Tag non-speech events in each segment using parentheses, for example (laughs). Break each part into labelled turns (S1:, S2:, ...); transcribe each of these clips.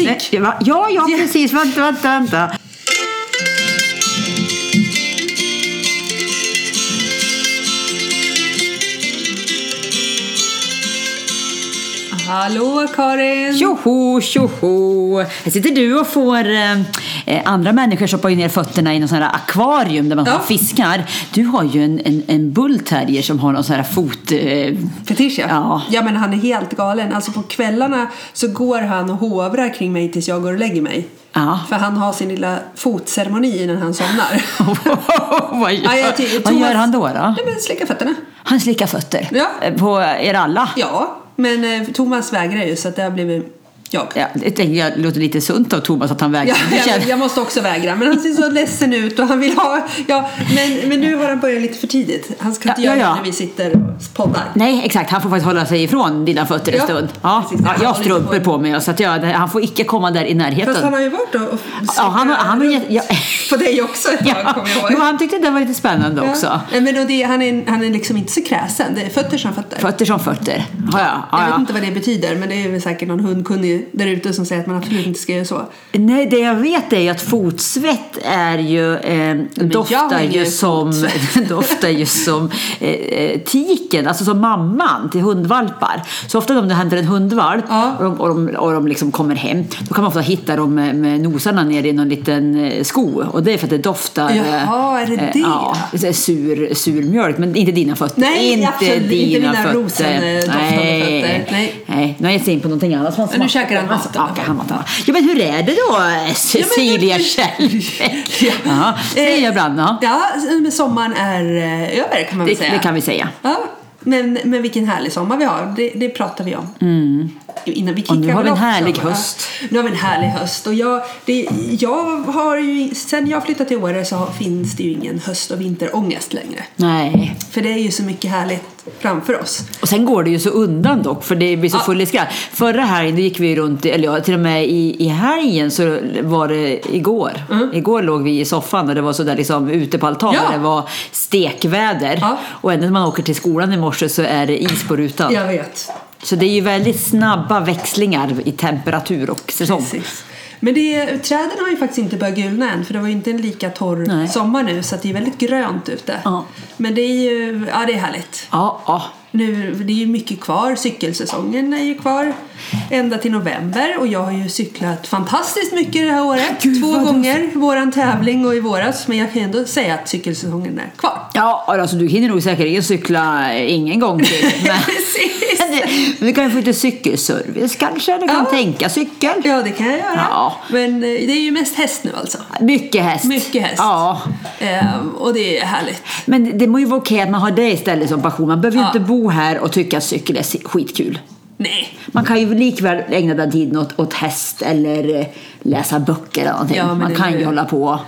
S1: musik.
S2: Nej, va? Ja, ja,
S1: Ja.
S2: precis. Vänta, vänta, vänta.
S1: Hallå Karin!
S2: Tjoho, tjoho! Här sitter du och får eh, eh, andra människor stoppa ju ner fötterna i någon sån här akvarium där man
S1: Ja.
S2: har fiskar. Du har ju en, en, en bullterrier som har någon sån här fot... Eh,
S1: Fetisch ja.
S2: Ja.
S1: ja men han är helt galen. Alltså på kvällarna så går han och hovrar kring mig tills jag går och lägger mig.
S2: Ja. (laughs)
S1: För han har sin lilla fotceremoni innan han somnar.
S2: vad, gör,
S1: Ja, jag tycker-
S2: vad gör
S1: Thomas-
S2: han då? då?
S1: Nej men slicka fötterna.
S2: Han slickar fötter.
S1: Ja.
S2: Eh, På er alla.
S1: Ja, men eh, Thomas vägrar ju så att det har blivit jag.
S2: Ja, det tänker jag låter lite sunt av Thomas att han vägrar.
S1: Ja, jag, jag måste också vägra. Men han ser så ledsen ut och han vill ha... Ja, men, men nu har han börjat lite för tidigt. Han ska inte
S2: Ja,
S1: göra
S2: ja, ja.
S1: det när vi sitter och poddar.
S2: Nej, exakt. Han får faktiskt hålla sig ifrån dina fötter en
S1: Ja,
S2: stund. Ja,
S1: precis.
S2: ja,
S1: Han
S2: jag har
S1: håller inte
S2: strumpor
S1: på.
S2: på mig så att jag, han får icke komma där i närheten.
S1: Fast han har ju varit och, och
S2: Ja, han har- han har gett- ja.
S1: på dig också ett
S2: (laughs)
S1: tag,
S2: Ja,
S1: kommer jag
S2: jo,
S1: ihåg.
S2: han tyckte det var lite spännande också.
S1: Ja. Nej, Men då det, han, är, han är liksom inte så kräsen. Det är fötter som fötter.
S2: Fötter som fötter. Ja, ja,
S1: Jag vet
S2: ja,
S1: inte vad det betyder, men det är väl säkert någon hundkunnig där ute som säger att man absolut inte ska göra så.
S2: ja. Nej, det jag vet är ju att fotsvett är ju, eh, doftar,
S1: har
S2: ju
S1: ingen
S2: som, (laughs)
S1: fotsvett.
S2: doftar ju som eh, eh, tiken, alltså som mamman till hundvalpar. Så ofta om det händer en hundvalp
S1: Ja.
S2: och de, och de, och de liksom kommer hem, då kan man ofta hitta dem med, med nosarna nere i någon liten eh, sko. Och det är för att det doftar eh,
S1: Jaha, är det
S2: eh,
S1: det?
S2: ja, det är sur, sur mjölk, men inte dina fötter.
S1: Nej,
S2: inte
S1: absolut inte
S2: dina
S1: mina
S2: fötter.
S1: rosendoftande
S2: Nej.
S1: fötter. Nej.
S2: Nej, nu har jag gett in på någonting annat.
S1: Men nu käkar han
S2: alltså,
S1: maten.
S2: ja, han maten. Ja, men hur är det då, eh, Cecilia Kjellbäck?
S1: (laughs) Ja.
S2: Ja, säger jag ibland. Ja.
S1: Ja, men sommaren är eh, över kan man
S2: Det,
S1: väl säga.
S2: det kan vi säga.
S1: Ja, men, men vilken härlig sommar vi har. Det, det pratar vi om. Innan vi kickar
S2: Mm. Och nu har vi
S1: väl
S2: en
S1: off
S2: härlig
S1: sommaren.
S2: höst.
S1: Ja, nu har vi en härlig höst. Och jag, det, jag har ju, sen jag flyttade till Åre så har- finns det ju ingen höst och vinterångest längre.
S2: Nej.
S1: För det är ju så mycket härligt framför oss.
S2: Och sen går det ju så undan dock, för det blir så
S1: Ja.
S2: full i skratt. Förra helgen, då gick vi runt, i- eller ja, till och med i, i helgen så var det igår. Igår låg vi i soffan och det var sådär liksom ute på altanen,
S1: Mm. Ja.
S2: det var stekväder.
S1: Ja.
S2: Och ändå när man åker till skolan i morse så är det is på rutan.
S1: Jag vet.
S2: Så det är ju väldigt snabba växlingar i temperatur och säsong.
S1: Precis. Men det, träden har ju faktiskt inte börjat gulna än för det var ju inte en lika torr
S2: Nej.
S1: sommar nu så att det är väldigt grönt ute.
S2: Ja.
S1: Men det är ju, ja det är härligt.
S2: Ja, ja.
S1: Nu, det är ju mycket kvar. Cykelsäsongen är ju kvar ända till november och jag har ju cyklat fantastiskt mycket det här året.
S2: Gud,
S1: Två
S2: vad du-
S1: gånger, våran tävling och i våras. Men jag kan ju ändå säga att cykelsäsongen
S2: (laughs)
S1: är kvar.
S2: Ja, alltså du hinner nog säkerligen cykla eh, ingen gång till.
S1: (laughs)
S2: Men,
S1: Precis!
S2: men du kan ju få lite cykelservice kanske, du kan
S1: Ja.
S2: tänka cykel.
S1: Ja, det kan jag göra.
S2: Ja.
S1: Men eh, det är ju mest häst nu alltså.
S2: Mycket häst.
S1: Mycket häst.
S2: Ja.
S1: Ehm, och det är härligt.
S2: Men det må ju vara okej att man har det istället som passion. Man behöver ju
S1: Ja.
S2: inte bo här och tycka att cykel är si- skitkul.
S1: Nej,
S2: Man kan ju likväl ägna den tiden åt, åt häst eller eh, läsa böcker eller någonting.
S1: Ja, men
S2: man
S1: det
S2: kan
S1: är
S2: ju
S1: ju-
S2: hålla på.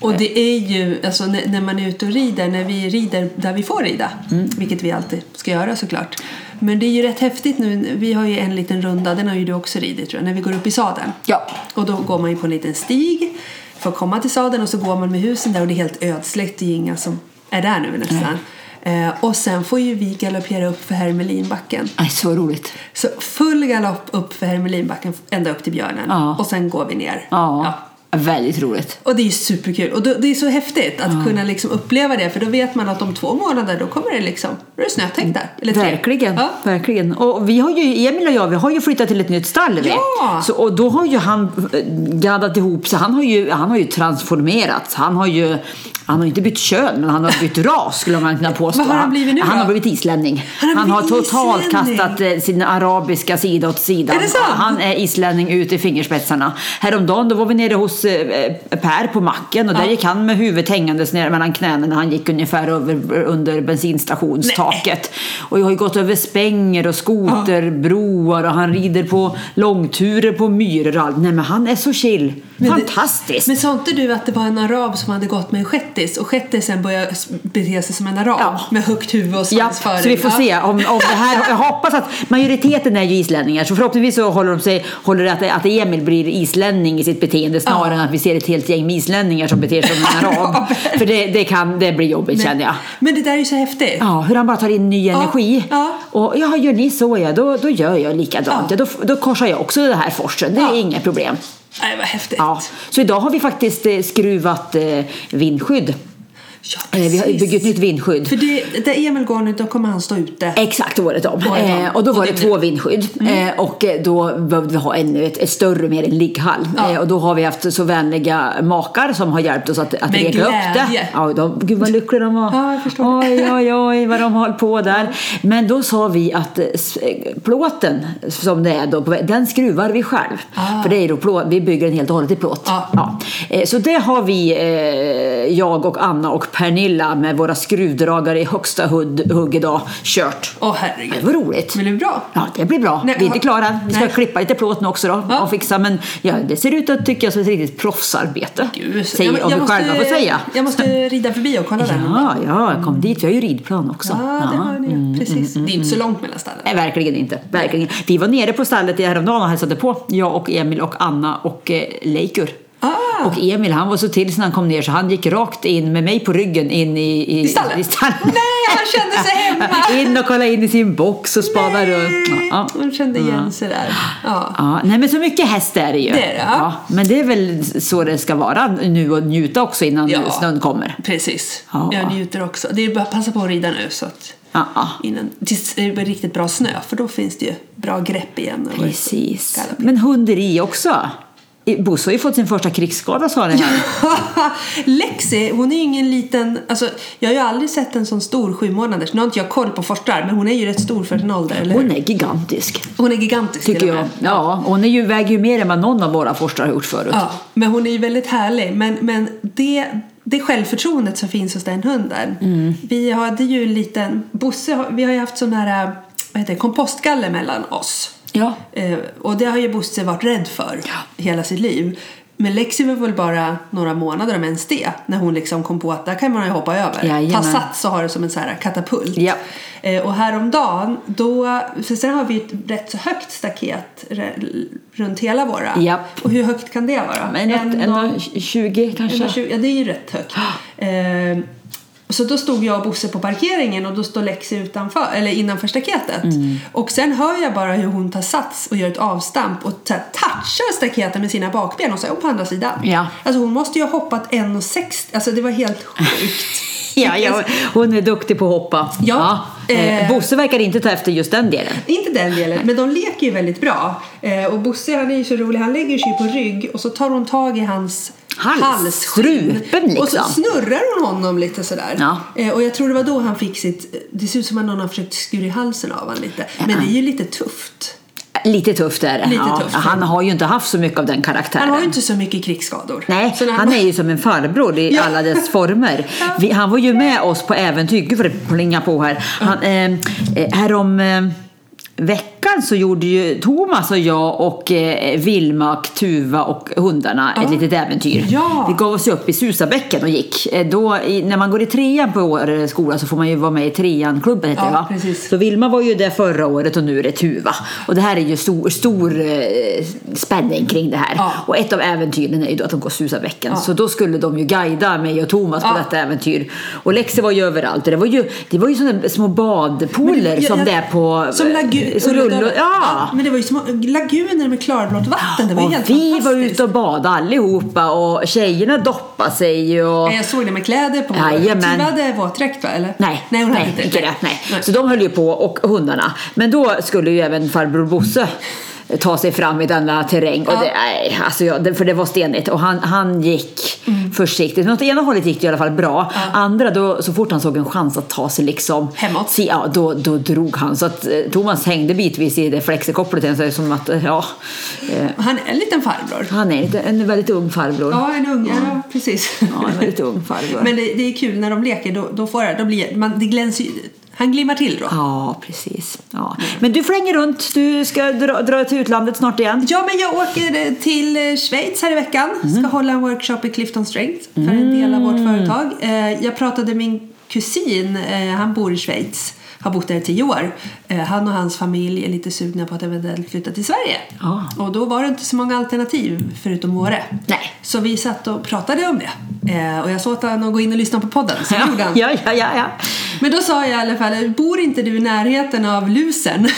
S1: Och det är ju, alltså när, när man är ute och rider, när vi rider där vi får rida,
S2: Mm.
S1: vilket vi alltid ska göra såklart. Men det är ju rätt häftigt nu, vi har ju en liten runda, den har ju du också ridit tror jag, när vi går upp i sadeln.
S2: Ja.
S1: Och då går man ju på en liten stig för att komma till sadeln och så går man med husen där och det är helt ödsligt, det är inga som är där nu nästan. Eh, och sen får ju vi galoppera upp för Hermelinbacken.
S2: Aj, så roligt.
S1: Så full galopp upp för Hermelinbacken ända upp till björnen
S2: Ja.
S1: och sen går vi ner.
S2: Ja.
S1: Ja.
S2: Väldigt roligt.
S1: Och det är ju superkul. Och då, det är så häftigt att kunna liksom uppleva det för då vet man att om två månader då kommer det liksom, då är det snötäckt där. Eller tre.
S2: Verkligen,
S1: Ja.
S2: verkligen. Och vi har ju, Emil och jag vi har ju flyttat till ett nytt stall. vi.
S1: Ja!
S2: Så, och då har ju han eh, gaddat ihop sig. Han har ju, han har ju transformerats. Han har ju, han har ju inte bytt kön, men han har bytt (laughs) ras skulle man kunna påstå.
S1: Vad har han blivit nu
S2: Han
S1: då?
S2: har blivit islänning.
S1: Han har blivit
S2: totalt
S1: islänning.
S2: kastat eh, sin arabiska sida åt sidan.
S1: Är det sant?
S2: Han är eh, islänning ut i fingerspetsarna. Häromdagen då var vi nere hos eh, Per på macken och där
S1: Ja.
S2: gick han med huvudet hängandes ner mellan knäna när han gick ungefär över, under bensinstations taket. Och jag har ju gått över spänger och skoterbroar och han rider på långturer på myror och allt. Nej men han är så chill.
S1: Men det-
S2: Fantastiskt!
S1: Men sa inte du att det var en arab som hade gått med en shettis och shettisen började s- bete sig som en arab
S2: Ja.
S1: med högt huvud och
S2: Ja,
S1: svansföring?
S2: så vi får
S1: Ja.
S2: se om, om det här. Jag hoppas att majoriteten är ju islänningar så förhoppningsvis så håller de sig, håller det att, att Emil blir islänning i sitt beteende snarare snarare än att vi ser ett helt gäng med islänningar som beter sig som
S1: (laughs)
S2: en arab. För det, det, kan, det blir jobbigt känner jag.
S1: Men det där är ju så häftigt.
S2: Ja, hur han bara tar in ny energi.
S1: ja.
S2: Och ja, gör ni så ja, då, då gör jag likadant. Ja. Då, då korsar jag också det här forsen, det är
S1: Ja.
S2: inga problem.
S1: Nej, vad häftigt.
S2: Ja. Så idag har vi faktiskt eh, skruvat eh, vindskydd.
S1: Ja,
S2: Eh, Vi har
S1: precis.
S2: byggt ett nytt Eh. vindskydd.
S1: För det, där Emil går nu, då kommer han stå ute.
S2: Exakt, året om.
S1: Året om.
S2: Eh, och då
S1: Och
S2: var
S1: det
S2: det,
S1: blir- Mm.
S2: två vindskydd. Eh, och eh, då behövde vi ha en, ett, ett större, mer en ligghall.
S1: Ja.
S2: Eh, och då har vi haft så vänliga makar som har hjälpt oss att, att
S1: Med
S2: reka upp det.
S1: glädje.
S2: Ja, de, gud vad lyckliga de var.
S1: Ja, jag förstår.
S2: Oj, oj, oj, vad de höll på där. Men då sa vi att eh, s- eh, plåten som det är då, på vä- den skruvar vi själv.
S1: Ah.
S2: För det är då plåt, vi bygger den helt och hållet i plåt.
S1: Ja.
S2: Eh, Så det har vi, eh, jag och Anna och Pernilla med våra skruvdragare i högsta hud- hugg idag, kört.
S1: Åh
S2: Det
S1: herregud.
S2: var roligt.
S1: Men det är bra.
S2: Ja, det blir bra.
S1: Nej,
S2: vi är inte
S1: ja.
S2: klara än. Vi ska
S1: Nej.
S2: klippa lite plåt nu också då
S1: Ja.
S2: och fixa. Men ja, det ser ut att tycka som ett riktigt proffsarbete.
S1: Gud, så-
S2: Säger
S1: men
S2: om vi själva får säga.
S1: Jag måste rida förbi och kolla den.
S2: Ja, Mm, ja, kom dit. Vi har ju ridplan också.
S1: Ja, det
S2: Ja.
S1: har ni. Precis. det är inte så
S2: mm.
S1: långt mellan stallen.
S2: Nej, verkligen inte. Verkligen. Vi var nere på stallet i häromdagen och hälsade på. Jag och Emil och Anna och eh, Leikur.
S1: Ah.
S2: Och Emil han var så till när han kom ner så han gick rakt in med mig på ryggen in i,
S1: I stallet? Nej, han kände sig hemma.
S2: (laughs) in och kolla in i sin box och spana runt. Ja, ja.
S1: Hon kände igen
S2: (gasps)
S1: sig där. Ja.
S2: Ja, nej men så mycket häst är det ju.
S1: Det är det, ja.
S2: men det är väl så det ska vara nu och njuta också innan
S1: Ja.
S2: snön kommer.
S1: Precis.
S2: Ja.
S1: Jag njuter också. Det är bara att passa på att rida nu så att
S2: Ja, ja.
S1: innan, tills det blir riktigt bra snö för då finns det ju bra grepp igen. över-
S2: Precis.
S1: Galopp.
S2: Men hunderi också. I- Bosse har ju fått sin första krigsskada sa ni här.
S1: (laughs) Lexi, hon är ju ingen liten... Alltså, jag har ju aldrig sett en sån stor sjumånaders. Nu har inte jag koll på forskar, men hon är ju rätt stor för sin ålder, eller hur?
S2: Hon är gigantisk,
S1: Hon är gigantisk
S2: tycker
S1: till och
S2: jag.
S1: med.
S2: Ja, hon är ju, väger ju mer än vad någon av våra forskare har gjort förut.
S1: Ja, men hon är ju väldigt härlig. Men, men det, det självförtroendet som finns hos den hunden. Vi hade ju en liten... Bosse, har- vi har ju haft sån här eh, vad heter det, kompostgaller mellan oss.
S2: Ja.
S1: Eh, och det har ju Bosse varit rädd för hela sitt liv. Men Lexi var väl bara några månader om ens det. När hon liksom kom på att där kan man ju hoppa över.
S2: Jajamän.
S1: Ta sats och ha det som en så här katapult.
S2: Ja.
S1: Eh, och häromdagen, då, för sen har vi ett rätt så högt staket re- runt hela våra.
S2: Ja.
S1: Och hur högt kan det vara?
S2: Men
S1: En
S2: ett-
S1: och-
S2: ändå 20 kanske?
S1: 120, ja det är ju
S2: (gasps)
S1: rätt högt. Eh, så då stod jag och Bosse på parkeringen och då står Lexi utanför, eller innanför staketet.
S2: Mm.
S1: Och sen hör jag bara hur hon tar sats och gör ett avstamp och så här touchar staketet med sina bakben och så är hon på andra sidan.
S2: Ja.
S1: Alltså hon måste ju ha hoppat 1,60, alltså det var helt sjukt.
S2: Ja, ja, hon är duktig på att hoppa.
S1: Ja.
S2: Eh,
S1: Eh.
S2: Bosse verkar inte ta efter just den delen.
S1: Inte den delen, men de leker ju väldigt bra. Eh, och Bosse han är ju så rolig, han lägger sig på rygg och så tar hon tag i hans
S2: Hals,
S1: halsskinn.
S2: strupen
S1: Och så
S2: liksom.
S1: snurrar hon honom lite sådär.
S2: Ja.
S1: Eh, och jag tror det var då han fick sitt, det ser ut som att någon har försökt skura i halsen av honom lite. Men det är ju lite tufft.
S2: Lite tufft är det.
S1: Lite
S2: ja.
S1: tufft.
S2: Han har ju inte haft så mycket av den karaktären.
S1: Han har ju inte så mycket krigsskador.
S2: Nej,
S1: Så när
S2: han är ju som en farbror i
S1: Ja.
S2: alla dess
S1: (laughs)
S2: former. Vi, han var ju med oss på äventyr. Gud vad det plingar på här. Han, eh, eh, härom eh, veckan så gjorde ju Thomas och jag och eh, Vilma, och Tuva och hundarna ett litet äventyr.
S1: Ja.
S2: Vi gav oss ju upp i Susabäcken och gick. Eh, då, i, när man går i trean på Åre skola så får man ju vara med i treanklubben heter
S1: Ja,
S2: det va?
S1: precis.
S2: Så Vilma var ju där förra året och nu är det Tuva. Och det här är ju stor, stor eh, spänning kring det här.
S1: Ja.
S2: Och ett av äventyren är ju då att de går Susabäcken.
S1: Ja.
S2: Så då skulle de ju guida mig och Thomas på
S1: Ja.
S2: detta äventyr. Och Lexi var ju överallt. Och Det var ju, det var ju sådana små badpooler
S1: Men jag-
S2: som
S1: jag-
S2: det är på...
S1: Som lagu-
S2: så rullo, ja.
S1: ja. Men det var ju små laguner med klarblått vatten. Det var ju
S2: Och
S1: helt
S2: vi var
S1: fantastiskt.
S2: ute och badade allihopa och tjejerna doppade sig. Och...
S1: Jag Eh, såg det med kläder på.
S2: Jajamän.
S1: Tuva hade våtdräkt va? Eller?
S2: Nej,
S1: nej, hon hade inte.
S2: inte det. Nej. Så de höll ju på och hundarna. Men då skulle ju även farbror Bosse ta sig fram i denna terräng. Och
S1: Ja.
S2: det, nej, alltså jag, det- för det var stenigt. Och han, han gick
S1: Mm.
S2: försiktigt. Men åt ena hållet gick det i alla fall bra. Andra, då, så fort han såg en chans att ta sig liksom
S1: Hemåt.
S2: Se, ja, då, då drog han. Så att eh, Thomas hängde bitvis i det flexikopplet. igen, Så det är som att, eh, ja, eh,
S1: Han är en liten farbror.
S2: han är lite, en väldigt ung farbror. Ja.
S1: Ja, en unge. Ja, precis.
S2: en väldigt ung farbror.
S1: Men det, det är kul när de leker. Då, då får jag, då blir, man, det glänser ju. Han glimmar till då.
S2: Ja, precis. Ja.
S1: Mm.
S2: Men du flänger runt. Du ska dra, dra till utlandet snart igen.
S1: Ja, men jag åker eh, till eh, Schweiz här i veckan.
S2: Mm.
S1: Ska hålla en workshop i Clifton Strength för en del av vårt företag. Eh, Jag pratade med min kusin, eh, han bor i Schweiz. har bott där i tio år. Eh, han och hans familj är lite sugna på att eventuellt flytta till Sverige.
S2: Ah.
S1: Och då var det inte så många alternativ förutom Åre.
S2: Nej.
S1: Så vi satt och pratade om det. Eh, och jag sa åt honom att gå in och lyssna på podden. Så det gjorde han.
S2: Ja, ja, ja, ja.
S1: Men då sa jag i alla fall, bor inte du i närheten av Lusen? (laughs)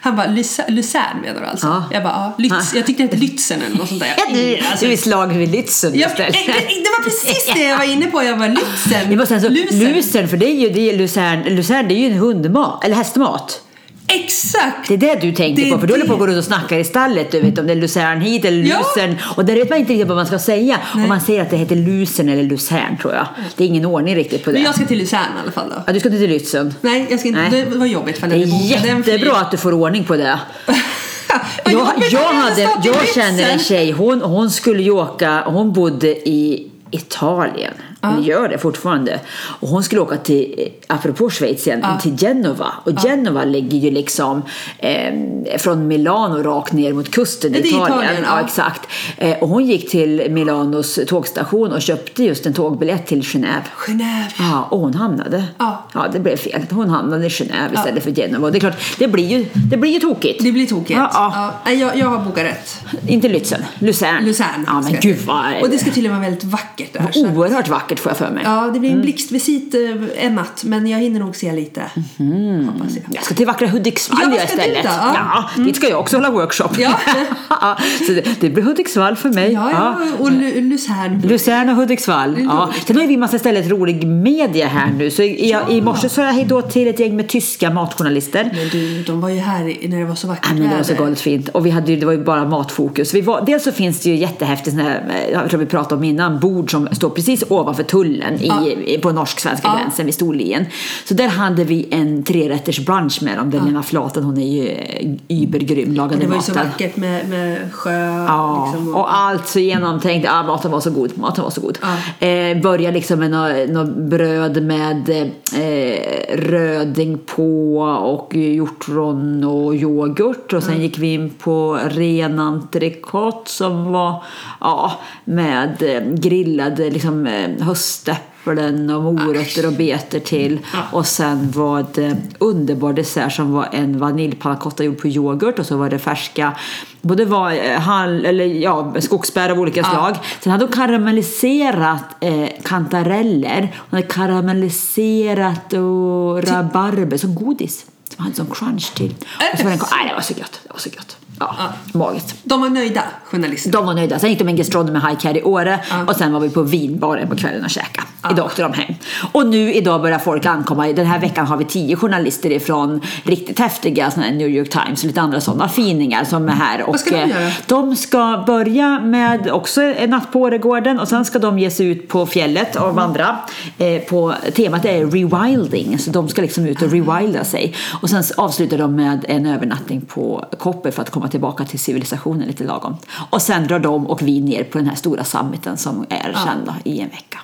S1: Han bara, "Lys- Luzern menar du alltså?
S2: Ja.
S1: Jag bara, ja, Lytz. Jag tyckte inte Lützen eller något
S2: (laughs)
S1: sånt där. Alltså,
S2: ja du, du är slag vid Lützen
S1: jag, det,
S2: istället. (laughs)
S1: det var precis det jag var inne på, jag var Lützen.
S2: Vi måste alltså,
S1: Lusen.
S2: Lusen, för det är ju det är Luzern, Luzern, det är ju en hundmat, eller hästmat.
S1: Exakt!
S2: Det är det du tänker
S1: Det är
S2: på, för du håller på att gå
S1: det.
S2: runt och snackar i stallet, du vet om det är Luzern hit eller
S1: Ja.
S2: Lusen. Och där vet man inte riktigt vad man ska säga. Om man säger att det heter Lusen eller Luzern tror jag. Det är ingen ordning riktigt på det.
S1: Men jag ska till Luzern i alla fall då.
S2: Ja, du ska inte till Lützen.
S1: Nej, jag ska inte.
S2: Nej.
S1: det var jobbigt för
S2: Det
S1: den
S2: är
S1: boken, den flyger. (laughs)
S2: jättebra att du får ordning på det.
S1: Vad
S2: Jag,
S1: jobbigt att
S2: jag,
S1: inte
S2: hade,
S1: stått i
S2: jag känner en
S1: Lützen.
S2: tjej, hon, hon skulle ju åka, hon bodde i Italien. Hon gör det fortfarande. Och hon skulle åka till, eh, apropå Schweiz igen, till Genova. Och Genova ligger ju liksom eh, från Milano rakt ner mot kusten i
S1: Det är
S2: Italien.
S1: Italien,
S2: ja.
S1: ja.
S2: exakt. Eh, och hon gick till Milanos tågstation och köpte just en tågbiljett till Genève.
S1: Genève.
S2: Ja, och hon hamnade.
S1: Ja.
S2: ja, det blev fel. Hon hamnade i Genève istället för Genova. Det är klart, det blir ju, det blir ju tokigt.
S1: Det blir tokigt.
S2: Ja, ja.
S1: Nej, jag, jag har Bukarest.
S2: Inte Lützen, Luzern.
S1: Luzern.
S2: Ja,
S1: ska
S2: men
S1: jag
S2: gud
S1: till.
S2: vad...
S1: Och det ska tydligen vara väldigt vackert där. så-
S2: Oerhört vackert får jag för mig.
S1: Ja, det blir en
S2: Mm.
S1: blixtvisit eh, en natt, men jag hinner nog se lite.
S2: Mhm.
S1: Hoppas jag.
S2: Jag ska till vackra Hudiksvall
S1: Ja, vad
S2: jag
S1: ska du
S2: istället.
S1: då? Ja. Mm.
S2: Ja, dit ska jag också hålla workshop.
S1: Ja.
S2: (laughs) Ja, så det, det blir Hudiksvall för mig.
S1: Ja,
S2: Ja.
S1: ja, och Lu- Luzern.
S2: Luzern och Hudiksvall. Ja. Sen har ju vi massa stället rolig media här nu. Så i, i- i morse sa jag hej då till ett gäng med tyska matjournalister.
S1: Men du, de var ju här i- när det var så vackert
S2: Ja, men det var så
S1: väder.
S2: galet fint. Och vi hade ju, det var ju bara matfokus. Vi var, dels så finns det ju jättehäftigt, sån här, eh, jag tror vi pratade om innan, bord som står precis ovanför tullen i,
S1: Ja.
S2: i- på norsk-svenska
S1: Ja.
S2: gränsen vid Storlien. Så där hade vi en trerätters brunch med dem. Den Lena Flaten, hon är ju eh, übergrym, lagade
S1: Det var ju så
S2: maten.
S1: vackert med, med sjö
S2: Ja,
S1: liksom,
S2: och allt så genomtänkt. Ja, maten var så god. Maten var så god.
S1: Ja.
S2: Eh, börja liksom med något nå bröd med eh, röding på och hjortron och yoghurt. Och sen
S1: Mm.
S2: gick vi in på ren entrecote som var ja, med eh, grillade liksom, eh, höstäpplen och morötter och betor till. Och sen var det underbar dessert som var en vaniljpannacotta gjord på yoghurt och så var det färska Både var eh, hall, eller, ja, skogsbär av olika slag. Sen hade hon karamelliserat eh, kantareller. Hon hade karamelliserat och rabarber som godis. Som hade sån crunch till. Och så var den, nej, det var så gött. Det var så gött. Ja, Magiskt.
S1: De var nöjda, journalisterna.
S2: De var nöjda. Sen gick de en gastronom med High Care i Åre och sen var vi på vinbaren på kvällen och käkade. Idag åkte de hem. Och nu idag börjar folk ankomma. Den här veckan har vi tio journalister ifrån riktigt häftiga såna här New York Times och lite andra sådana finingar som är här. Och,
S1: ska de
S2: eh,
S1: göra?
S2: de ska börja med också en natt på Åregården och sen ska de ge sig ut på fjället och vandra. Eh, på, temat är rewilding, så de ska liksom ut och rewilda sig. Och sen s- avslutar de med en övernattning på Koppel för att komma tillbaka till civilisationen lite lagom. Och sen drar de och vi ner på den här stora summiten som är sen då, i en vecka.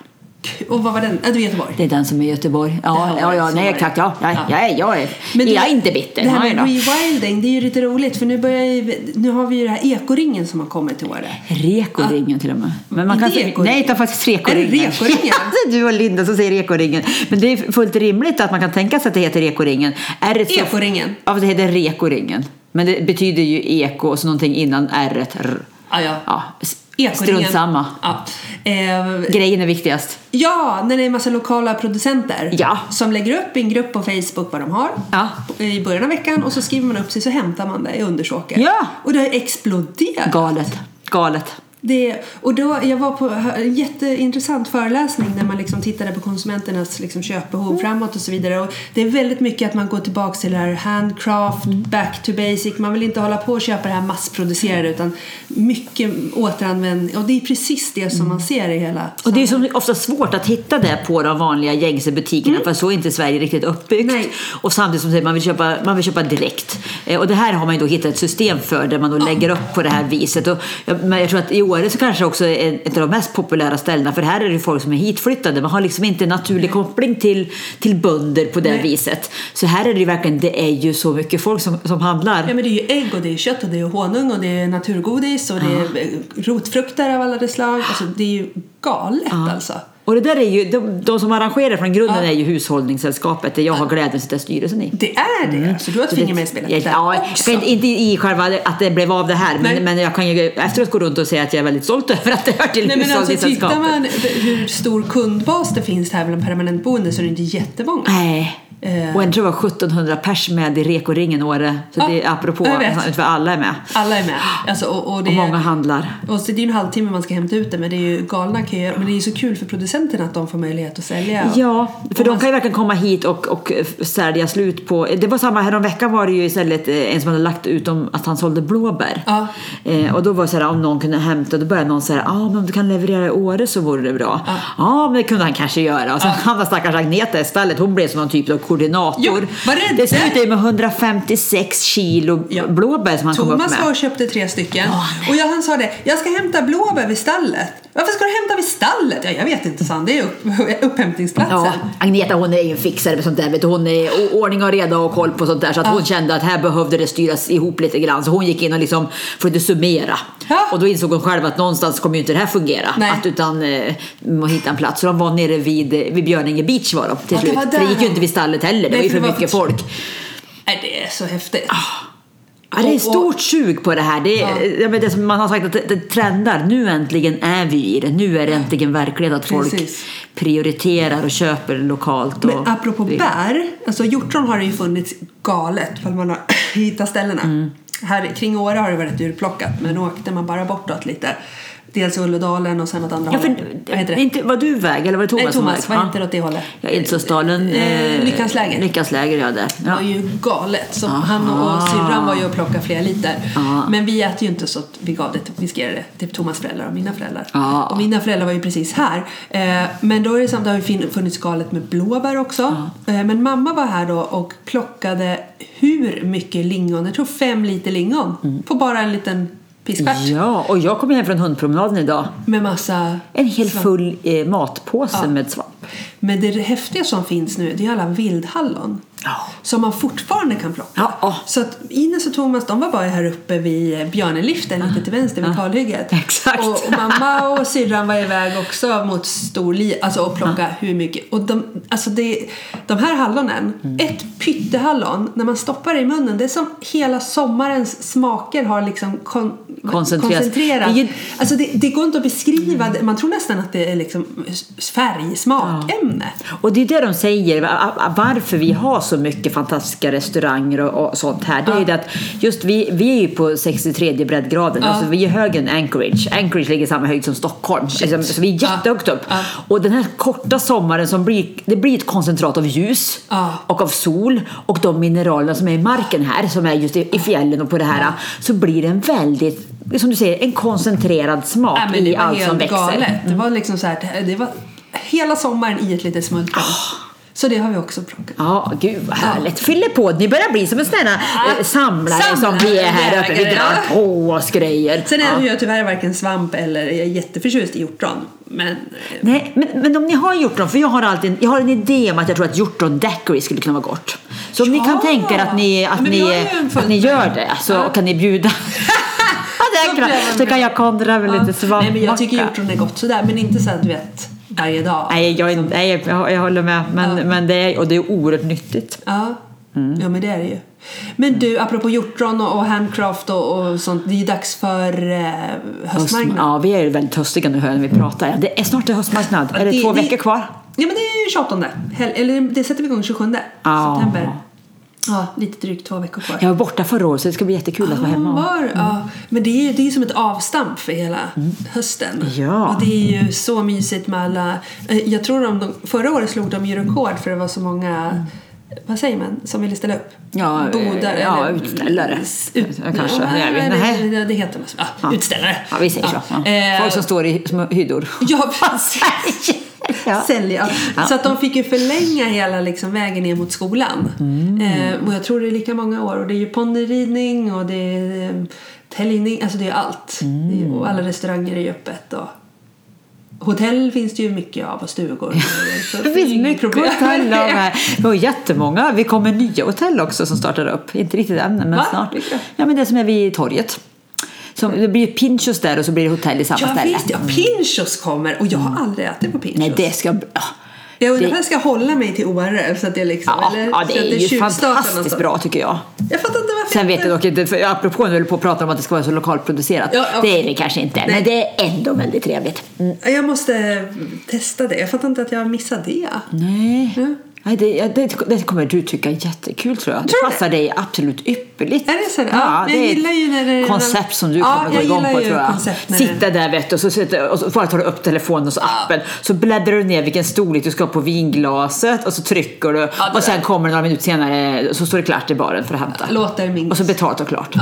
S1: Och vad var den? Ja, det var Göteborg.
S2: Det är den som är i Göteborg.
S1: Det
S2: Ja,
S1: har
S2: ja,
S1: varit
S2: ja
S1: så
S2: nej
S1: varit.
S2: exakt. Ja, jag,
S1: Ja.
S2: jag, är- jag, är-
S1: Men
S2: jag är inte bitter.
S1: Det
S2: Nej
S1: här med
S2: då.
S1: rewilding, det är ju lite roligt för nu börjar ju, nu har vi ju det här ekoringen som har kommit till Åre.
S2: Rekoringen till och med. Men man kan
S1: Inte
S2: säga-
S1: ekoringen.
S2: Nej, utan faktiskt
S1: Är det
S2: rekoringen. (laughs)
S1: rekoringen?
S2: det är du och Linda som säger rekoringen. Men det är fullt rimligt att man kan tänka sig att det heter rekoringen. Är det så-
S1: Ekoringen.
S2: Ja, för det heter rekoringen. Men det betyder ju eko och så någonting innan r r.
S1: Ja, ja.
S2: Ja, s-
S1: Ekoringen.
S2: strunt samma.
S1: Ja. Eh,
S2: Grejen är viktigast.
S1: Ja, när det är en massa lokala producenter
S2: Ja.
S1: som lägger upp i en grupp på Facebook vad de har
S2: Ja.
S1: i början av veckan och så skriver man upp sig så hämtar man det i Undersåker.
S2: Ja.
S1: Och det har exploderat.
S2: Galet. Galet.
S1: Det, och då, jag var på en jätteintressant föreläsning när man liksom tittade på konsumenternas liksom köpbehov
S2: Mm.
S1: framåt och så vidare. Och det är väldigt mycket att man går tillbaka till det här handcraft,
S2: Mm.
S1: back to basic. Man vill inte hålla på och köpa det här massproducerade utan mycket återanvändning. Och det är precis det som man ser i hela
S2: Mm. Och det är ju som ofta svårt att hitta det på de vanliga gängse butikerna för så är inte Sverige riktigt uppbyggt.
S1: Mm. Nej.
S2: Och samtidigt som du säger, man vill köpa, man vill köpa direkt. Eh, och det här har man ju då hittat ett system för där man då lägger upp på det här viset. Och jag, men jag tror att i Åre så kanske också är ett av de mest populära ställena för här är det ju folk som är hitflyttade. Man har liksom inte en naturlig koppling till, till bönder på det
S1: Nej.
S2: viset. Så här är det ju verkligen, det är ju så mycket folk som, som handlar.
S1: Ja men det är ju ägg och det är kött och det är honung och det är naturgodis och det är eh, rotfrukter av alla dess slag. Alltså det är ju galet alltså.
S2: Och det där är ju, de, de som arrangerar från grunden är ju hushållningssällskapet där jag har glädjen att sitta i styrelsen i.
S1: Det är det! Så du har ett finger med i spelet
S2: Jag,
S1: där
S2: Mm. ja, jag
S1: också.
S2: kan inte, inte i själva att det blev av det här,
S1: Nej.
S2: men, men jag kan ju efteråt gå runt och säga att jag är väldigt stolt (laughs) över att det hör till
S1: Nej, men alltså, tittar
S2: hushållningssällskapet.
S1: man hur stor kundbas det finns här bland permanentboende så är det inte jättemånga.
S2: Nej.
S1: Eh.
S2: Och jag tror det var 1700 pers med i Reko-ringen i Åre. Så
S1: Ja,
S2: det är apropå
S1: jag vet.
S2: att alla är med.
S1: Alla är med. Alltså, och, och, det
S2: Och
S1: är,
S2: många handlar.
S1: och så det är ju en halvtimme man ska hämta ut det men det är ju galna köer. Men det är ju så kul för producenterna att de får möjlighet att sälja.
S2: Ja, för
S1: Och
S2: de
S1: man-
S2: kan ju verkligen komma hit och, och sälja slut på... Det var samma häromveckan var det ju istället eh, en som hade lagt ut om att han sålde blåbär.
S1: Ja.
S2: Eh, och då var det så här om någon kunde hämta, då började någon säga ja ah, men om du kan leverera i Åre så vore det bra. Ja men det kunde han kanske göra. Och sen han var stackars Agneta istället, hon blev som någon typ av koordinator.
S1: Jo, vad rädd
S2: det slutade
S1: jag
S2: ju med 156 kilo
S1: Ja.
S2: blåbär som han kom upp
S1: Thomas var
S2: med.
S1: och köpte tre stycken och jag, han sa det, jag ska hämta blåbär vid stallet. Varför ska du hämta vid stallet? Ja, jag vet inte, sa han. Det är upp, (laughs) upphämtningsplatsen.
S2: Ja, Agneta hon är ju en fixare med sånt där. Vet du. Hon är o- ordning och reda och koll på sånt där. Så att hon kände att här behövde det styras ihop lite grann. Så hon gick in och liksom försökte summera.
S1: Ja.
S2: Och då insåg hon själv att någonstans kommer ju inte det här fungera.
S1: Nej.
S2: Att, utan eh, man hitta en plats. Så de var nere vid, eh, vid Björninge Beach var de till
S1: Ja, det
S2: slut.
S1: var
S2: För
S1: där
S2: det gick
S1: de-
S2: ju inte vid stallet heller. Det
S1: Nej,
S2: var ju
S1: för
S2: för
S1: det var
S2: mycket
S1: för-
S2: folk.
S1: Nej, det är så häftigt.
S2: Ah, Ja, det
S1: Och-
S2: är
S1: och-
S2: stort sug på det här. Det,
S1: Ja.
S2: är, ja. men det som man har sagt att det, det trendar. Nu äntligen är vi i det. Nu är det äntligen verklighet att folk
S1: Precis.
S2: prioriterar och köper lokalt. Och
S1: Men apropå
S2: det-
S1: bär, alltså hjortron har det ju funnits galet för man har (clears throat) hittat ställena.
S2: Mm.
S1: Här kring Åre har det varit urplockat men åkte man bara bortåt lite. Dels Ulledalen och sen åt andra
S2: Ja, för,
S1: hållet. Vad heter det?
S2: Inte, var du väg eller var det Thomas,
S1: Nej,
S2: som
S1: Thomas,
S2: var
S1: vad
S2: väg?
S1: heter det åt det hållet?
S2: Ja, Edsåsdalen.
S1: Eh, Lyckans läger.
S2: Lyckans läger, ja. Där.
S1: Det
S2: Ja.
S1: var ju galet. Så
S2: Aha.
S1: han och syrran var ju och plockade flera liter.
S2: Ja.
S1: Men vi äter ju inte så att vi gav det, vi ska göra det till Thomas föräldrar och mina föräldrar.
S2: Ja.
S1: Och mina föräldrar var ju precis här. Eh, Men då är det samt, det har ju fin- funnits galet med blåbär också. Eh, Men mamma var här då och plockade hur mycket lingon? Jag tror fem liter lingon på bara en liten piskvart.
S2: Mm. ja, och jag kom hem från hundpromenaden idag.
S1: Med massa...
S2: En hel full eh, matpåse med svamp.
S1: Men det häftiga som finns nu det är alla vildhallon.
S2: Ja.
S1: Som man fortfarande kan plocka.
S2: Ja, ja.
S1: Så att Ines och Thomas de var bara här uppe vid eh, björneliften lite till vänster vid kalhygget.
S2: (laughs) Exakt.
S1: Och, och mamma och syrran var iväg också mot Storli alltså och plocka hur mycket. Och de, alltså det, de här hallonen,
S2: Mm.
S1: ett pyttehallon, när man stoppar det i munnen det är som hela sommarens smaker har liksom kon,
S2: Koncentrerats.
S1: koncentrerat.
S2: Det är ju-
S1: Alltså det, det går inte att beskriva, det. man tror nästan att det är liksom färg, smakämne.
S2: Och det är det de säger, va- a- varför vi har så mycket fantastiska restauranger och, och sånt här. Det är ju det att just vi, vi är ju på 63 breddgraden, alltså vi är högre än Anchorage. Anchorage ligger i samma höjd som Stockholm, liksom, så vi är
S1: Ja.
S2: jättehögt upp.
S1: Ja.
S2: Och den här korta sommaren som blir, det blir ett koncentrat av ljus
S1: Ja.
S2: och av sol och de mineralerna som är i marken här, som är just i, i fjällen och på det här, så blir det en väldigt, som du säger, en koncentrerad smak
S1: Nej, Äh, men det
S2: i
S1: var
S2: allt
S1: helt
S2: som växer. Mm.
S1: galet. Det var liksom så här, det- det var hela sommaren i ett litet smultron.
S2: Ah.
S1: Så det har vi också plockat.
S2: Ja, gud vad härligt. Fyller på, ni börjar bli som en sån här eh, samlare som
S1: Samlare,
S2: vi är här uppe. Vi
S1: jägare,
S2: drar
S1: ja.
S2: på oss grejer.
S1: Sen
S2: ja.
S1: äter jag tyvärr varken svamp eller jag är jätteförtjust i hjortron. Men
S2: Nej, men, men om ni har hjortron, för jag har alltid jag har en idé om att jag tror att hjortron daiquiri skulle kunna vara gott. Så om ni
S1: Ja.
S2: kan tänka er att ni, att
S1: Ja, men vi har ju
S2: ni,
S1: en full
S2: att ni gör det så
S1: Ja.
S2: kan ni
S1: (laughs)
S2: bjuda.
S1: Så blir
S2: daiquiri.
S1: det en
S2: så kan jag kondra med lite
S1: Ja.
S2: svampmacka.
S1: Nej, men jag tycker hjortron är gott sådär, men inte så att du vet varje dag.
S2: Nej, jag, är inte- nej, jag, jag håller med. Men, men det är, och det är oerhört nyttigt.
S1: Ja.
S2: Mm.
S1: ja, men det är det ju. Men du, apropå hjortron och, och handcraft och, och sånt, det är ju dags för eh, höstmarknad.
S2: Ja, vi är ju väldigt höstiga nu hör när vi pratar. Det är snart det är höstmarknad. Är det, två veckor kvar?
S1: Ja, men det är ju 28. Hel- Eller det sätter vi igång 27
S2: Ja.
S1: september. Ja, lite drygt två veckor kvar.
S2: Jag var borta förra året så det ska bli jättekul att vara
S1: Ja,
S2: hemma.
S1: var, ja. Men det är ju det är ju som ett avstamp för hela hösten.
S2: Mm. Ja.
S1: Och det är ju så mysigt med alla... eh, Jag tror de, de, förra året slog de ju rekord för det var så många, vad säger man, som ville ställa upp?
S2: Mm. Ja, eh,
S1: Bodare.
S2: ja, utställare.
S1: S- Ut,
S2: Ja, kanske.
S1: Ja,
S2: Jag vet inte.
S1: det, det, det heter man så. Ja,
S2: Ja.
S1: Utställare.
S2: Ja, vi säger så. Ja.
S1: Eh,
S2: Folk som står i små
S1: (laughs)
S2: hyddor.
S1: Ja, precis.
S2: Ja.
S1: Sälja.
S2: Ja.
S1: Så att de fick ju förlänga hela liksom vägen ner mot skolan.
S2: Mm.
S1: Eh, och jag tror det är lika många år. Och det är ju ponnyridning och det är eh, täljning, alltså det är allt. Det är,
S2: Mm.
S1: och alla restauranger är ju öppet. Och hotell finns det ju mycket av
S2: (laughs)
S1: och stugor. Så
S2: Det
S1: är
S2: finns
S1: inget
S2: mycket
S1: problem.
S2: hotell av här. Vi har jättemånga. Vi kommer nya hotell också som startar upp. Inte riktigt än, men
S1: Va?
S2: snart.
S1: Vilka?
S2: Ja, men det som är vid torget. Som, det blir Pinchos där och så blir det hotell i samma
S1: (laughs) Ja,
S2: ställe.
S1: visst ja. Pinchos kommer och jag har aldrig ätit på Pinchos.
S2: Mm. Nej, det ska... ja.
S1: jag undrar
S2: det-
S1: om jag ska hålla mig till ORF så att jag liksom...
S2: Ja,
S1: eller
S2: ja,
S1: så
S2: det
S1: att
S2: är ju
S1: tjuvstartar
S2: fantastiskt
S1: någonstans.
S2: bra tycker jag.
S1: Jag fattar inte varför
S2: Sen vet
S1: inte-
S2: jag dock inte, för apropå när vi höll på att prata om att det ska vara så lokalproducerat.
S1: Ja, ja.
S2: Det är det kanske inte, men det är ändå väldigt trevligt.
S1: Ja, Jag måste testa det. Jag fattar inte att jag missade det.
S2: Nej.
S1: Mm.
S2: Nej, det, ja, det, det kommer du tycka är jättekul tror jag.
S1: Tror
S2: det
S1: du?
S2: passar dig absolut ypperligt.
S1: Är det så? Ja,
S2: Ja,
S1: men
S2: det
S1: jag
S2: är
S1: gillar ju när det-
S2: ett koncept som du
S1: Ja,
S2: kommer gå
S1: jag
S2: igång
S1: gillar
S2: på
S1: ju
S2: tror jag.
S1: koncept när det-
S2: Sitta där vet du, och så, sitter, och så bara tar du upp telefonen och så appen. Så bläddrar du ner vilken storlek du ska ha på vinglaset och så trycker du.
S1: Ja, det
S2: och sen
S1: där.
S2: kommer det några minuter senare så står det klart i baren för att hämta.
S1: Låter min...
S2: Och så betalt och klart.
S1: ja.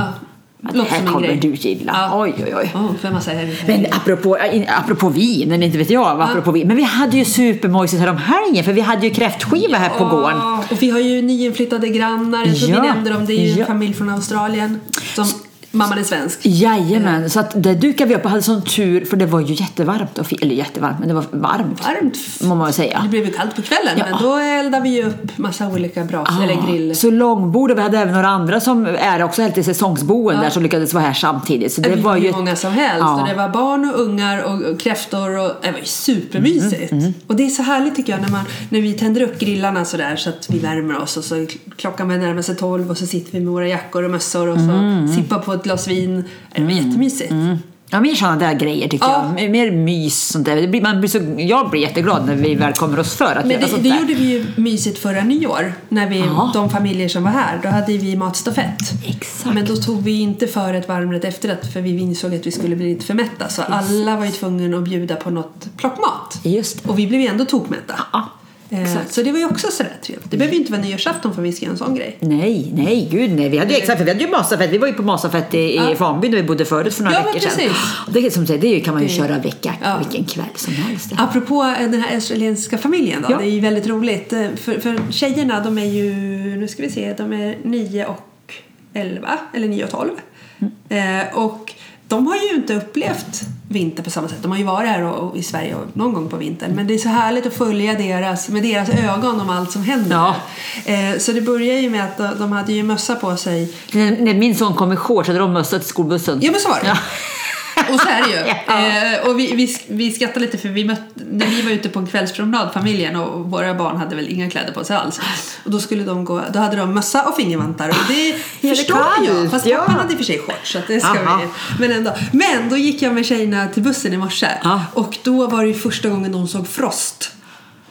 S2: Men det här
S1: min
S2: kommer
S1: grej.
S2: du gilla.
S1: Ja.
S2: Oj, oj, oj.
S1: Oh, får jag massa här?
S2: Men apropå, äh, apropå vin, men inte vet jag vad apropå vin. Men vi hade ju supermojsigt här om helgen för vi hade ju kräftskiva här på gården.
S1: Ja, Och vi har ju nyinflyttade grannar. Jag tror
S2: Ja.
S1: vi nämnde dem. Det är ju
S2: Ja.
S1: en familj från Australien. Som, mamman är svensk.
S2: Jajamän, så att det dukade vi upp och hade sån tur för det var ju jättevarmt, och fi- eller jättevarmt, men det var varmt
S1: Varmt.
S2: må man väl säga.
S1: Det blev ju kallt på kvällen.
S2: Ja.
S1: Men då eldar vi ju upp massa olika brasor eller grill.
S2: Så långbord och vi hade även några andra som är också helt i säsongsboende där som lyckades vara här samtidigt. Så det var ju...
S1: hur många som helst.
S2: Ja.
S1: Och det var barn och ungar och och kräftor. Och, det var ju supermysigt.
S2: Mm,
S1: Och det är så härligt tycker jag när, man, när vi tänder upp grillarna så där så att vi värmer oss. Och så är kl- klockan börjar närma sig tolv och så sitter vi med våra jackor och mössor och så
S2: Mm,
S1: sippar på ett glas vin. Det var jättemysigt.
S2: Ja, mer sådana där grejer tycker
S1: Ja.
S2: jag. Mer- Mer mys sånt där. Det blir, man blir så, jag blir jätteglad när vi väl kommer oss för att
S1: Men
S2: göra
S1: det,
S2: sånt
S1: det
S2: Alltså, där.
S1: gjorde vi ju mysigt förra nyår. När vi,
S2: Ja.
S1: de familjer som var här, då hade vi matstafett.
S2: Exakt.
S1: Men då tog vi inte förrätt, varmrätt, efterrätt för vi insåg att vi skulle bli lite för mätta. Så alla var ju tvungna att bjuda på något plockmat.
S2: Just det.
S1: Och vi blev ju ändå tokmätta.
S2: Ja,
S1: Eh,
S2: exakt.
S1: Så det var ju också sådär trevligt. Det behöver ju inte vara nyårsafton för att vi ska göra en sån grej.
S2: Nej, nej, gud nej. Vi hade ju, exakt, för vi hade ju masafett. Vi var ju på masafett i, i Fanby där vi bodde förut för några
S1: Ja, men
S2: veckor sedan.
S1: precis.
S2: Och Det, är som du säger, det är ju- kan man ju
S1: Det-
S2: köra vecka,
S1: Ja.
S2: vilken kväll som helst.
S1: Apropå eh, den här australiensiska familjen då.
S2: Ja.
S1: Det är ju väldigt roligt. Eh, För, för tjejerna de är ju, nu ska vi se, de är 9 och 11 eller 9 och 12.
S2: Mm.
S1: Eh, och de har ju inte upplevt vinter på samma sätt. De har ju varit här och, och i Sverige och någon gång på vintern. Men det är så härligt att följa deras, med deras ögon om allt som händer.
S2: Ja.
S1: Eh, så det börjar ju med att de- de hade ju mössa på sig.
S2: När, när min son kom i shorts hade de mössa till skolbussen.
S1: Ja men så var det.
S2: Ja.
S1: Och så är det ju.
S2: (laughs) Ja.
S1: Eh, och vi, vi, vi skrattade lite för vi mötte, när vi var ute på en kvällspromenad, familjen och våra barn hade väl inga kläder på sig alls. Och då skulle de gå, då hade de mössa och fingervantar och det
S2: det är
S1: förstår
S2: kallt,
S1: jag. Fast
S2: ja.
S1: pappan hade i och för sig shorts så att det ska
S2: Aha.
S1: vi, men ändå. Men då gick jag med tjejerna till bussen i morse
S2: Ja.
S1: och då var det ju första gången de såg frost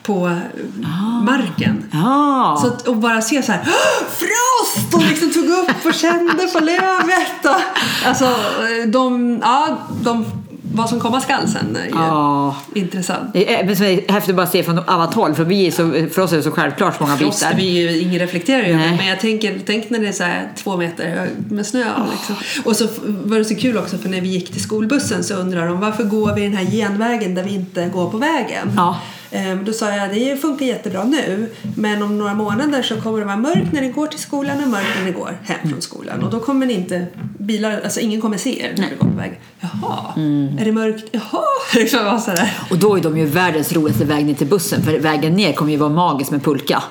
S1: på eh, marken.
S2: Ja.
S1: Så att, och bara se så här "Åh, Frost! Och liksom tog upp och kände på lövet. Och, alltså eh, de, ja, de, vad som komma skall sen är ju
S2: Ja.
S1: intressant.
S2: Det är- Men som är häftigt att bara se från alla håll för, vi är så, för oss är det så självklart så många
S1: Frost
S2: bitar.
S1: vi ju, ingen reflekterar ju över
S2: Nej.
S1: det, men jag tänker, tänk när det är så här två meter hög med snö. Liksom. Och så f- var det så kul också för när vi gick till skolbussen så undrar de varför går vi den här genvägen där vi inte går på vägen?
S2: Ja.
S1: Ehm, Då sa jag det funkar jättebra nu men om några månader så kommer det vara mörkt när ni går till skolan och mörkt när ni går hem från skolan och då kommer ni inte bilar, alltså ingen kommer se er när ni går på vägen. Jaha,
S2: Mm.
S1: är det mörkt? Jaha, (laughs) liksom var sådär.
S2: Och då är de ju världens roligaste väg ner till bussen för vägen ner kommer ju vara magisk med pulka.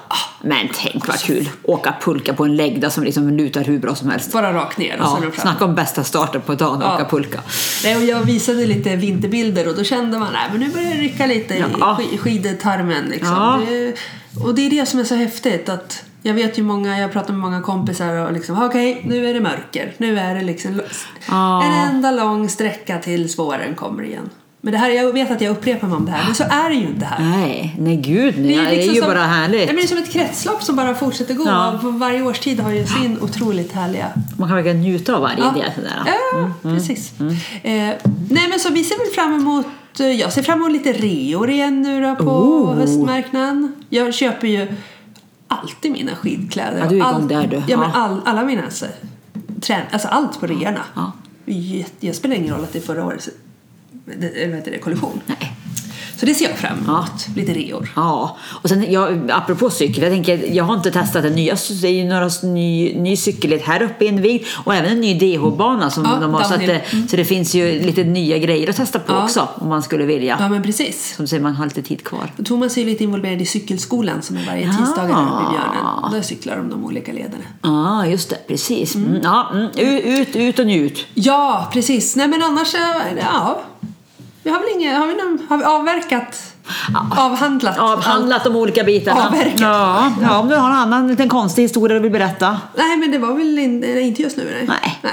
S2: Men tänk vad kul! Åka pulka på en läggda som liksom lutar hur bra som helst.
S1: Bara rakt ner och
S2: Ja,
S1: sen upp fram.
S2: snacka om bästa starten på dagen,
S1: Ja.
S2: åka pulka.
S1: Nej, och jag visade lite vinterbilder och då kände man att nu börjar det rycka lite
S2: Ja.
S1: i sk- skidtarmen. Liksom.
S2: Ja.
S1: Det, och det är det som är så häftigt. Att jag vet ju många, jag pratar med många kompisar och liksom, "Ah, okej, nu är det mörker. Nu är det liksom
S2: Ja.
S1: en enda lång sträcka tills våren kommer igen. Men det här, jag vet att jag upprepar mig om det här, men så är det ju inte här.
S2: Nej, nej gud nej, det är,
S1: liksom
S2: ju
S1: som-
S2: bara härligt.
S1: Nej, men det är som ett kretslopp som bara fortsätter gå.
S2: Ja.
S1: Varje årstid har ju sin otroligt härliga
S2: Man kan verkligen njuta av varje del. Sådär.
S1: Ja,
S2: mm,
S1: precis. Eh, nej, men så vi ser väl fram emot eh, jag ser fram emot lite reor igen nu då på
S2: Oh.
S1: höstmarknaden. Jag köper ju alltid mina skidkläder.
S2: Ja, du är igång
S1: Allt-
S2: där, du.
S1: Ja,
S2: Ja.
S1: Men all, alla mina alltså, trän, alltså allt på reorna.
S2: Ja.
S1: Jätte- Jag spelar ingen roll att det är förra årets det- eller vad heter det, kollektion.
S2: Nej.
S1: Så det ser jag fram emot. Lite reor.
S2: Ja, och sen jag, apropå cykel, jag tänker jag har inte testat en ny, jag syns- det är ju några s- ny, ny cykelled här uppe invigd och även en ny DH-bana som
S1: Ja,
S2: de har så, att,
S1: downhill.
S2: det- så det finns ju lite nya grejer att testa på
S1: Ja.
S2: också om man skulle vilja.
S1: Ja, men precis.
S2: Som säger man har lite tid kvar.
S1: Och Thomas är ju lite involverad i cykelskolan som är varje tisdag här uppe i Björnen. Där cyklar de de olika lederna.
S2: Ja, just det, precis. Mm, ja, mm, u- ut, ut och njut.
S1: Ja, precis. Nej, men annars, eh, ja. Vi har väl inget, har vi, någon, har vi avverkat? Avhandlat?
S2: Avhandlat de olika bitarna.
S1: Avverkat.
S2: Ja, ja, om du har en annan liten konstig historia du vill berätta.
S1: Allt. Nej, men det var väl in, eh, inte just nu? Nej.
S2: Nej.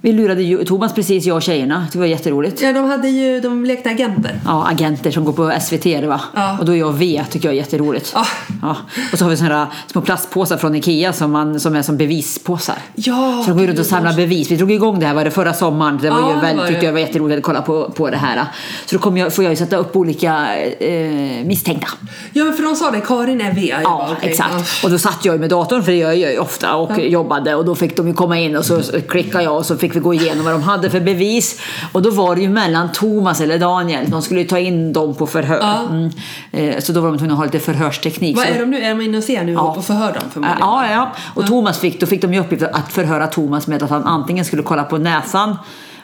S2: Vi lurade ju, Thomas precis, jag och tjejerna. Det var jätteroligt.
S1: Ja, de hade ju, de lekte agenter.
S2: Ja, agenter som går på SVT eller va?
S1: Ja.
S2: Och då är jag V, tycker jag är jätteroligt.
S1: Ja.
S2: Ja. Och så har vi såna här små plastpåsar från Ikea som, man, som är som bevispåsar.
S1: Ja,
S2: så de går ju runt och
S1: gud.
S2: samlar bevis. Vi drog igång det här var det förra sommaren. Det var
S1: Ja,
S2: ju
S1: det
S2: väl,
S1: var det.
S2: tyckte jag var jätteroligt att kolla på, på det här. Så då kommer jag, får jag ju sätta upp olika eh, misstänkta.
S1: Ja, men för de sa det, Karin är VA.
S2: Ja,
S1: Jag bara, okej,
S2: exakt. Och då satt jag ju med datorn, för det gör jag ju ofta, och jobbade. Och då fick de ju komma in och så klickade jag och så fick vi gå igenom vad de hade för bevis. Och då var det ju mellan Thomas eller Daniel, de skulle ju ta in dem på förhör.
S1: Ja.
S2: Mm. Eh, Så då var de tvungna att ha lite förhörsteknik.
S1: Vad
S2: så
S1: är de nu? Är de inne och ser nu och förhör dem förmodligen?
S2: Ja, ja. Och Thomas fick, då fick de ju uppgift att förhöra Thomas med att han antingen skulle kolla på näsan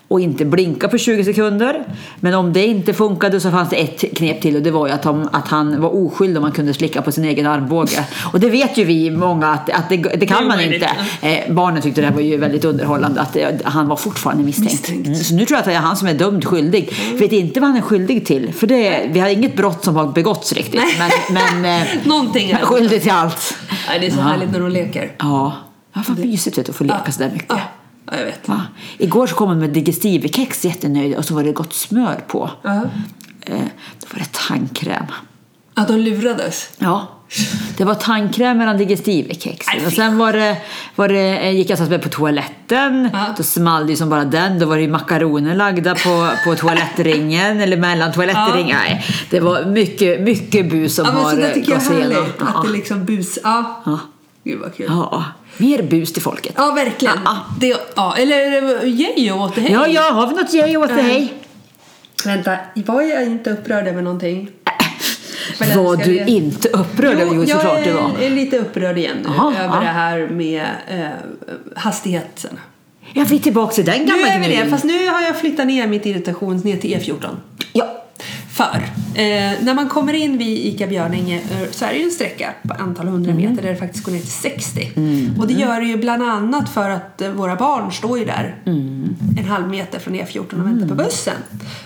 S2: och inte blinka på 20 sekunder. Men om det inte funkade så fanns det ett knep till och det var ju att han, att han var oskyldig om man kunde slicka på sin egen armbåge. Och det vet ju vi många att, att det, det kan
S1: är
S2: man
S1: omöjligt,
S2: inte. Eh, barnen tyckte det här var ju väldigt underhållande att eh, han var fortfarande misstänkt.
S1: Misstänkt. Mm.
S2: Mm, så nu tror jag att det är han som är dömd skyldig. Vet inte vad han är skyldig till. För det, vi har inget brott som har begåtts riktigt.
S1: Nej.
S2: Men, men, eh,
S1: (laughs) Någonting är
S2: men skyldig till allt.
S1: Ja, det är så härligt när de leker.
S2: Ja, ja vad mysigt vet du, att få leka sådär mycket.
S1: Ja, ja jag vet.
S2: Va? Igår så kom hon med digestivekex jättenöjd och så var det gott smör på.
S1: Ja.
S2: Eh, då var det tandkräm.
S1: Ja, de lurades.
S2: Ja. Det var tandkräm mellan digestivekex.
S1: Nej, fy.
S2: Och sen var det, var det, eh, gick jag så att säga på toaletten.
S1: Ja.
S2: Då small det ju som bara den. Då var det ju makaroner lagda på, på toalettringen eller mellan toalettringar. Nej, det var mycket, mycket bus som
S1: Ja, men
S2: har eh,
S1: så det tycker jag
S2: gått
S1: är
S2: igenom.
S1: härligt. Att
S2: Ja.
S1: det liksom bus... Ja.
S2: Ja.
S1: Gud vad kul.
S2: ja, mer bus till folket.
S1: Ja, verkligen.
S2: Ja.
S1: Det, ja. Eller eh, yay och återhej.
S2: Ah, Ja, ja, har vi något yay åt dig?
S1: Nej. Vänta, var jag inte upprörd över någonting? Men
S2: Var
S1: ska
S2: du
S1: vi-
S2: inte upprörd? Jo, jo
S1: jag
S2: såklart
S1: är,
S2: du var.
S1: är lite upprörd igen nu
S2: Jaha,
S1: över
S2: ja.
S1: det här med eh, hastigheten.
S2: Jag fick tillbaka till den
S1: Nu
S2: gamla
S1: är vi det,
S2: gnällen.
S1: fast nu har jag flyttat ner mitt irritation ner till E14.
S2: Ja,
S1: För eh, när man kommer in vid ICA Björninge eh, så är det ju en sträcka på antal hundra
S2: Mm.
S1: meter där det faktiskt går ner till 60. Och det gör det ju bland annat för att eh, våra barn står ju där
S2: Mm.
S1: en halv meter från E14 och väntar på bussen.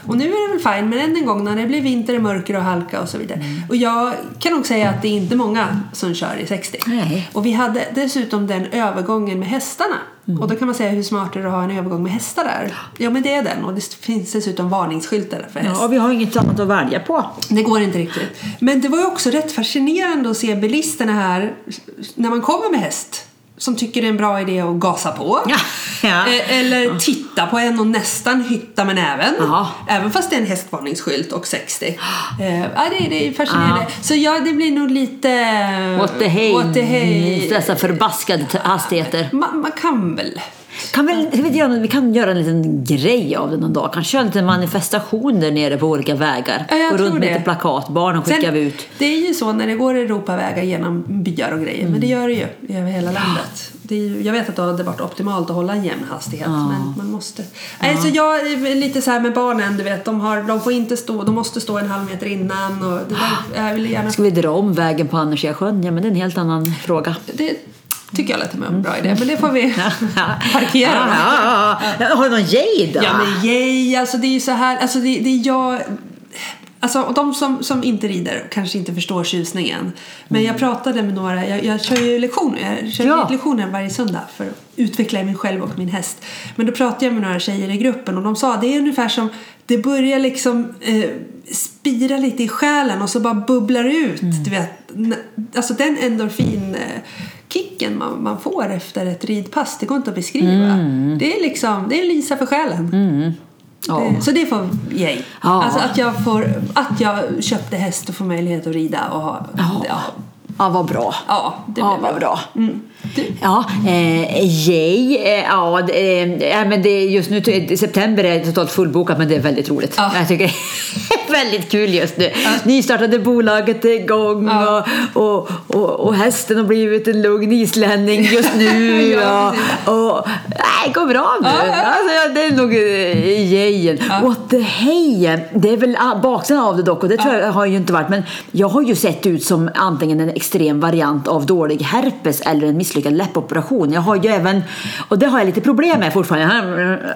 S1: Och nu är det väl fint men än en gång när det blir vinter och mörker och halka och så vidare.
S2: Mm.
S1: Och jag kan nog säga att det är inte många som kör i 60.
S2: Nej.
S1: Och vi hade dessutom den övergången med hästarna.
S2: Mm.
S1: Och då kan man säga hur smart är det att ha en övergång med hästar där? Ja men det är den och det finns dessutom varningsskyltar för hästar.
S2: ja, vi har inget annat att välja på.
S1: Det går inte riktigt. Men det var ju också rätt fascinerande att se bilisterna här när man kommer med häst som tycker det är en bra idé att gasa på.
S2: Ja, ja.
S1: Eh, Eller titta på en och nästan hytta med näven.
S2: Jaha.
S1: Även fast det är en hästvarningsskylt och 60. Eh, Ja, det, det är fascinerande. Så ja, det blir nog lite...
S2: Åt det hej,
S1: Åt det hej.
S2: Mm, dessa förbaskade t- hastigheter.
S1: Man, man kan väl.
S2: Kan vi, jag vet inte, vi kan göra en liten grej av det någon dag. Kan köra en liten manifestation där nere på olika vägar.
S1: Ja, jag
S2: Gå
S1: tror
S2: runt med
S1: det.
S2: lite plakatbarn och skickar vi ut.
S1: Det är ju så när det går Europavägar genom byar och grejer, men det gör det ju över
S2: Mm.
S1: hela landet. Det är ju, jag vet att det hade varit optimalt att hålla en jämn hastighet, men man måste. Nej, så jag är lite så här med barnen, du vet, de, har, de får inte stå, de måste stå en halv meter innan och det där,
S2: Ah.
S1: jag vill gärna...
S2: Ska vi dra om vägen på Andersia sjön? Ja, men det är en helt annan fråga.
S1: Det tycker jag lät som en bra idé, men det får vi
S2: (laughs) Ja,
S1: (laughs) parkera.
S2: Ah, ja, ja. Har du någon yay då?
S1: Ja men yay, alltså det är ju så här, alltså det, det är jag... Alltså och de som, som inte rider kanske inte förstår tjusningen. Men jag pratade med några, jag, jag kör ju lektioner, jag kör
S2: Ja.
S1: ridlektioner varje söndag för att utveckla mig själv och min häst. Men då pratade jag med några tjejer i gruppen och de sa det är ungefär som, det börjar liksom eh, spira lite i själen och så bara bubblar det ut. Du vet, N- alltså den endorfin eh, kicken man, man får efter ett ridpass, det går inte att beskriva. Det är liksom, det är en Lisa för själen.
S2: Ja.
S1: Eh, Så det får yay.
S2: Ja.
S1: Alltså att jag, får, att jag köpte häst och får möjlighet att rida och ha...
S2: Ja.
S1: Ja,
S2: ja vad bra.
S1: ja det
S2: ja,
S1: blev Mm.
S2: vad bra.
S1: Du?
S2: Ja, eh, yay. Eh, ja, det, eh, ja, men det, är (laughs) just nu, t- september är totalt fullbokat men det är väldigt roligt.
S1: Ja.
S2: Jag tycker väldigt kul just nu. Nystartade bolaget är igång
S1: Ja.
S2: och, och, och, och hästen har blivit en lugn islänning just nu.
S1: (laughs) Ja,
S2: och, och, nej, det går bra nu.
S1: Ja, ja.
S2: Alltså, ja, det är nog eh, i gejen. What the hey! Det är väl ah, baksidan av det dock och det tror jag har ju inte varit. Men jag har ju sett ut som antingen en extrem variant av dålig herpes eller en misslyckad läppoperation. Jag har ju även, och det har jag lite problem med fortfarande.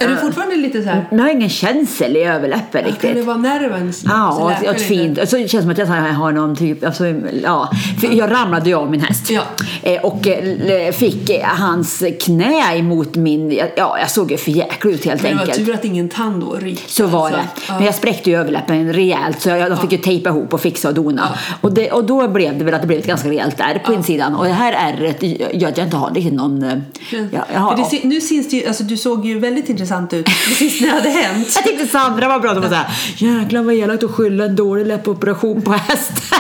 S1: Är du fortfarande lite så här?
S2: Jag har ingen känsel i överläppen
S1: Kan det
S2: riktigt.
S1: vara nerven som som
S2: Ja,
S1: läker
S2: och, och
S1: lite?
S2: fint. Och så känns det som att jag har- jag har någon typ, alltså, ja. För jag ramlade ju av min häst.
S1: Ja.
S2: Eh, Och eh, l- fick eh, hans knä emot min, ja jag såg ju för jäklig ut helt
S1: Men det var
S2: enkelt.
S1: tur att ingen tand då ryckte.
S2: Så var det.
S1: alltså.
S2: Men jag spräckte ju överläppen rejält så jag, de fick ju tejpa ihop och fixa och dona. Och, det, och då blev det väl att det blev ett ganska rejält ärr på insidan. Och det här ärret gör att jag inte har riktigt någon... eh,
S1: Ja.
S2: Ja, jag har,
S1: För det, se- nu syns det ju, alltså du såg ju väldigt intressant ut (laughs) precis när det hade hänt.
S2: Jag tyckte Sandra var bra. Hon var såhär, jäklar vad elakt att skylla en dålig läppoperation på hästen. (laughs)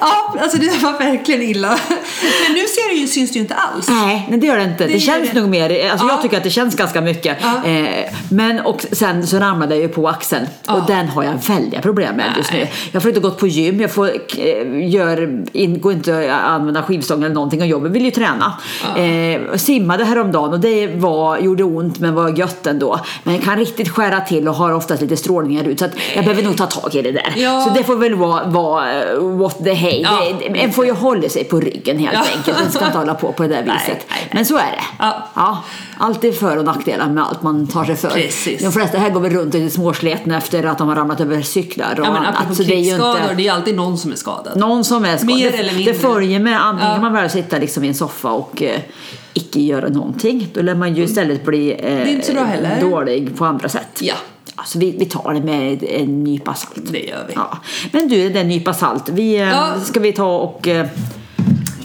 S1: Ja, alltså det var verkligen illa. Men nu ser det ju, syns det ju inte alls.
S2: Nej, nej det gör det inte. Det,
S1: gör
S2: känns
S1: det.
S2: nog mer, alltså
S1: Ja.
S2: jag tycker att det känns ganska mycket.
S1: Ja.
S2: Eh, men och sen så ramlade jag ju på axeln och den har jag väldiga problem med just nu. Jag får inte gått på gym, jag får, eh, gör, in, går inte att använda skivstång eller någonting och jobbet vill ju träna. Eh, simmade häromdagen och det var, gjorde ont men var gött ändå. Men jag kan riktigt skära till och har oftast lite strålningar ut så att jag behöver nog ta tag i det där.
S1: Ja.
S2: Så det får väl vara, vara eh, what the hey.
S1: Ja.
S2: Det, det- en får ju hålla sig på ryggen helt
S1: Ja.
S2: enkelt. Man ska
S1: (laughs)
S2: inte hålla på på det där
S1: Nej,
S2: viset.
S1: nej, nej.
S2: Men så är det.
S1: Ja.
S2: Allt är för och nackdelar med allt man tar sig för.
S1: Precis.
S2: De flesta här går väl runt i småsletna efter att de har ramlat över cyklar och
S1: Ja, men apropå
S2: annat. Så alltså, det är ju
S1: krigsskador,
S2: inte
S1: det är ju alltid någon som är skadad.
S2: någon som är skadad.
S1: Mer
S2: Det-
S1: eller mindre.
S2: Det följer med. Antingen
S1: Ja.
S2: kan man bara sitta liksom i en soffa och eh, icke göra någonting. Då lär man ju istället bli eh,
S1: Mm. är inte så bra heller.
S2: dålig på andra sätt.
S1: Ja.
S2: Så vi, vi tar det med en nypa salt.
S1: Det gör vi.
S2: Ja. Men du, den nypa salt. Vi, eh,
S1: Ja.
S2: Ska vi ta och eh,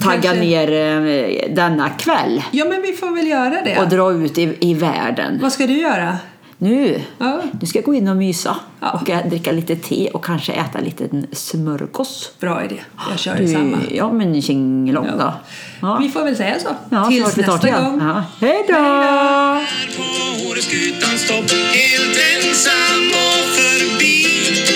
S2: tagga
S1: Kanske.
S2: ner eh, denna kväll
S1: Ja, men vi får väl göra det.
S2: och dra ut i, i världen.
S1: Vad ska du göra?
S2: Nu,
S1: Ja.
S2: nu ska jag gå in och mysa
S1: Ja.
S2: och eh, dricka lite te och kanske äta lite smörgås.
S1: Bra idé. Jag kör
S2: Du,
S1: detsamma.
S2: ja, men tjingelong då. Ja.
S1: Vi får väl säga så.
S2: Ja,
S1: Tills
S2: snart vi tar
S1: nästa
S2: till.
S1: gång.
S2: Ja. Hej då!
S3: på Åreskutans topp Helt ensam och förbi